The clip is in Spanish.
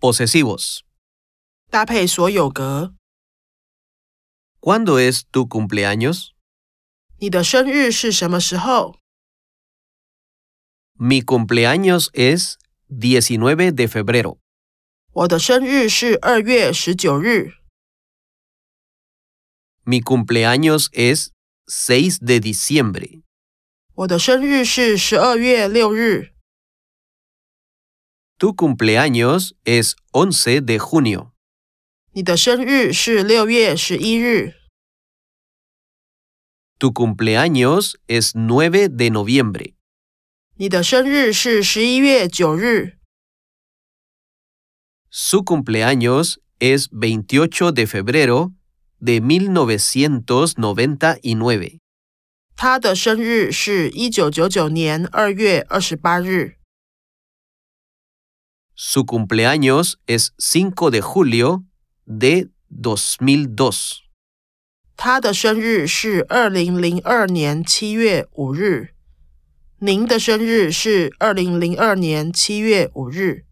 posesivos. 搭配所有格。 ¿Cuándo es tu cumpleaños? 你的生日是什么时候？ Mi cumpleaños es 19 de febrero. 我的生日是二月十九日。 Mi cumpleaños es 6 de diciembre. 我的生日是十二月六日。 Tu cumpleaños es 11 de junio. 你的生日是六月十一日。 Tu cumpleaños es 9 de noviembre. 你的生日是十一月九日。 Su cumpleaños es 28 de febrero de 1999. 他的生日是一九九九年二月二十八日。 Su cumpleaños es 5 de julio de 2002. 他的生日是二零零二年七月五日。您的生日是二零零二年七月五日。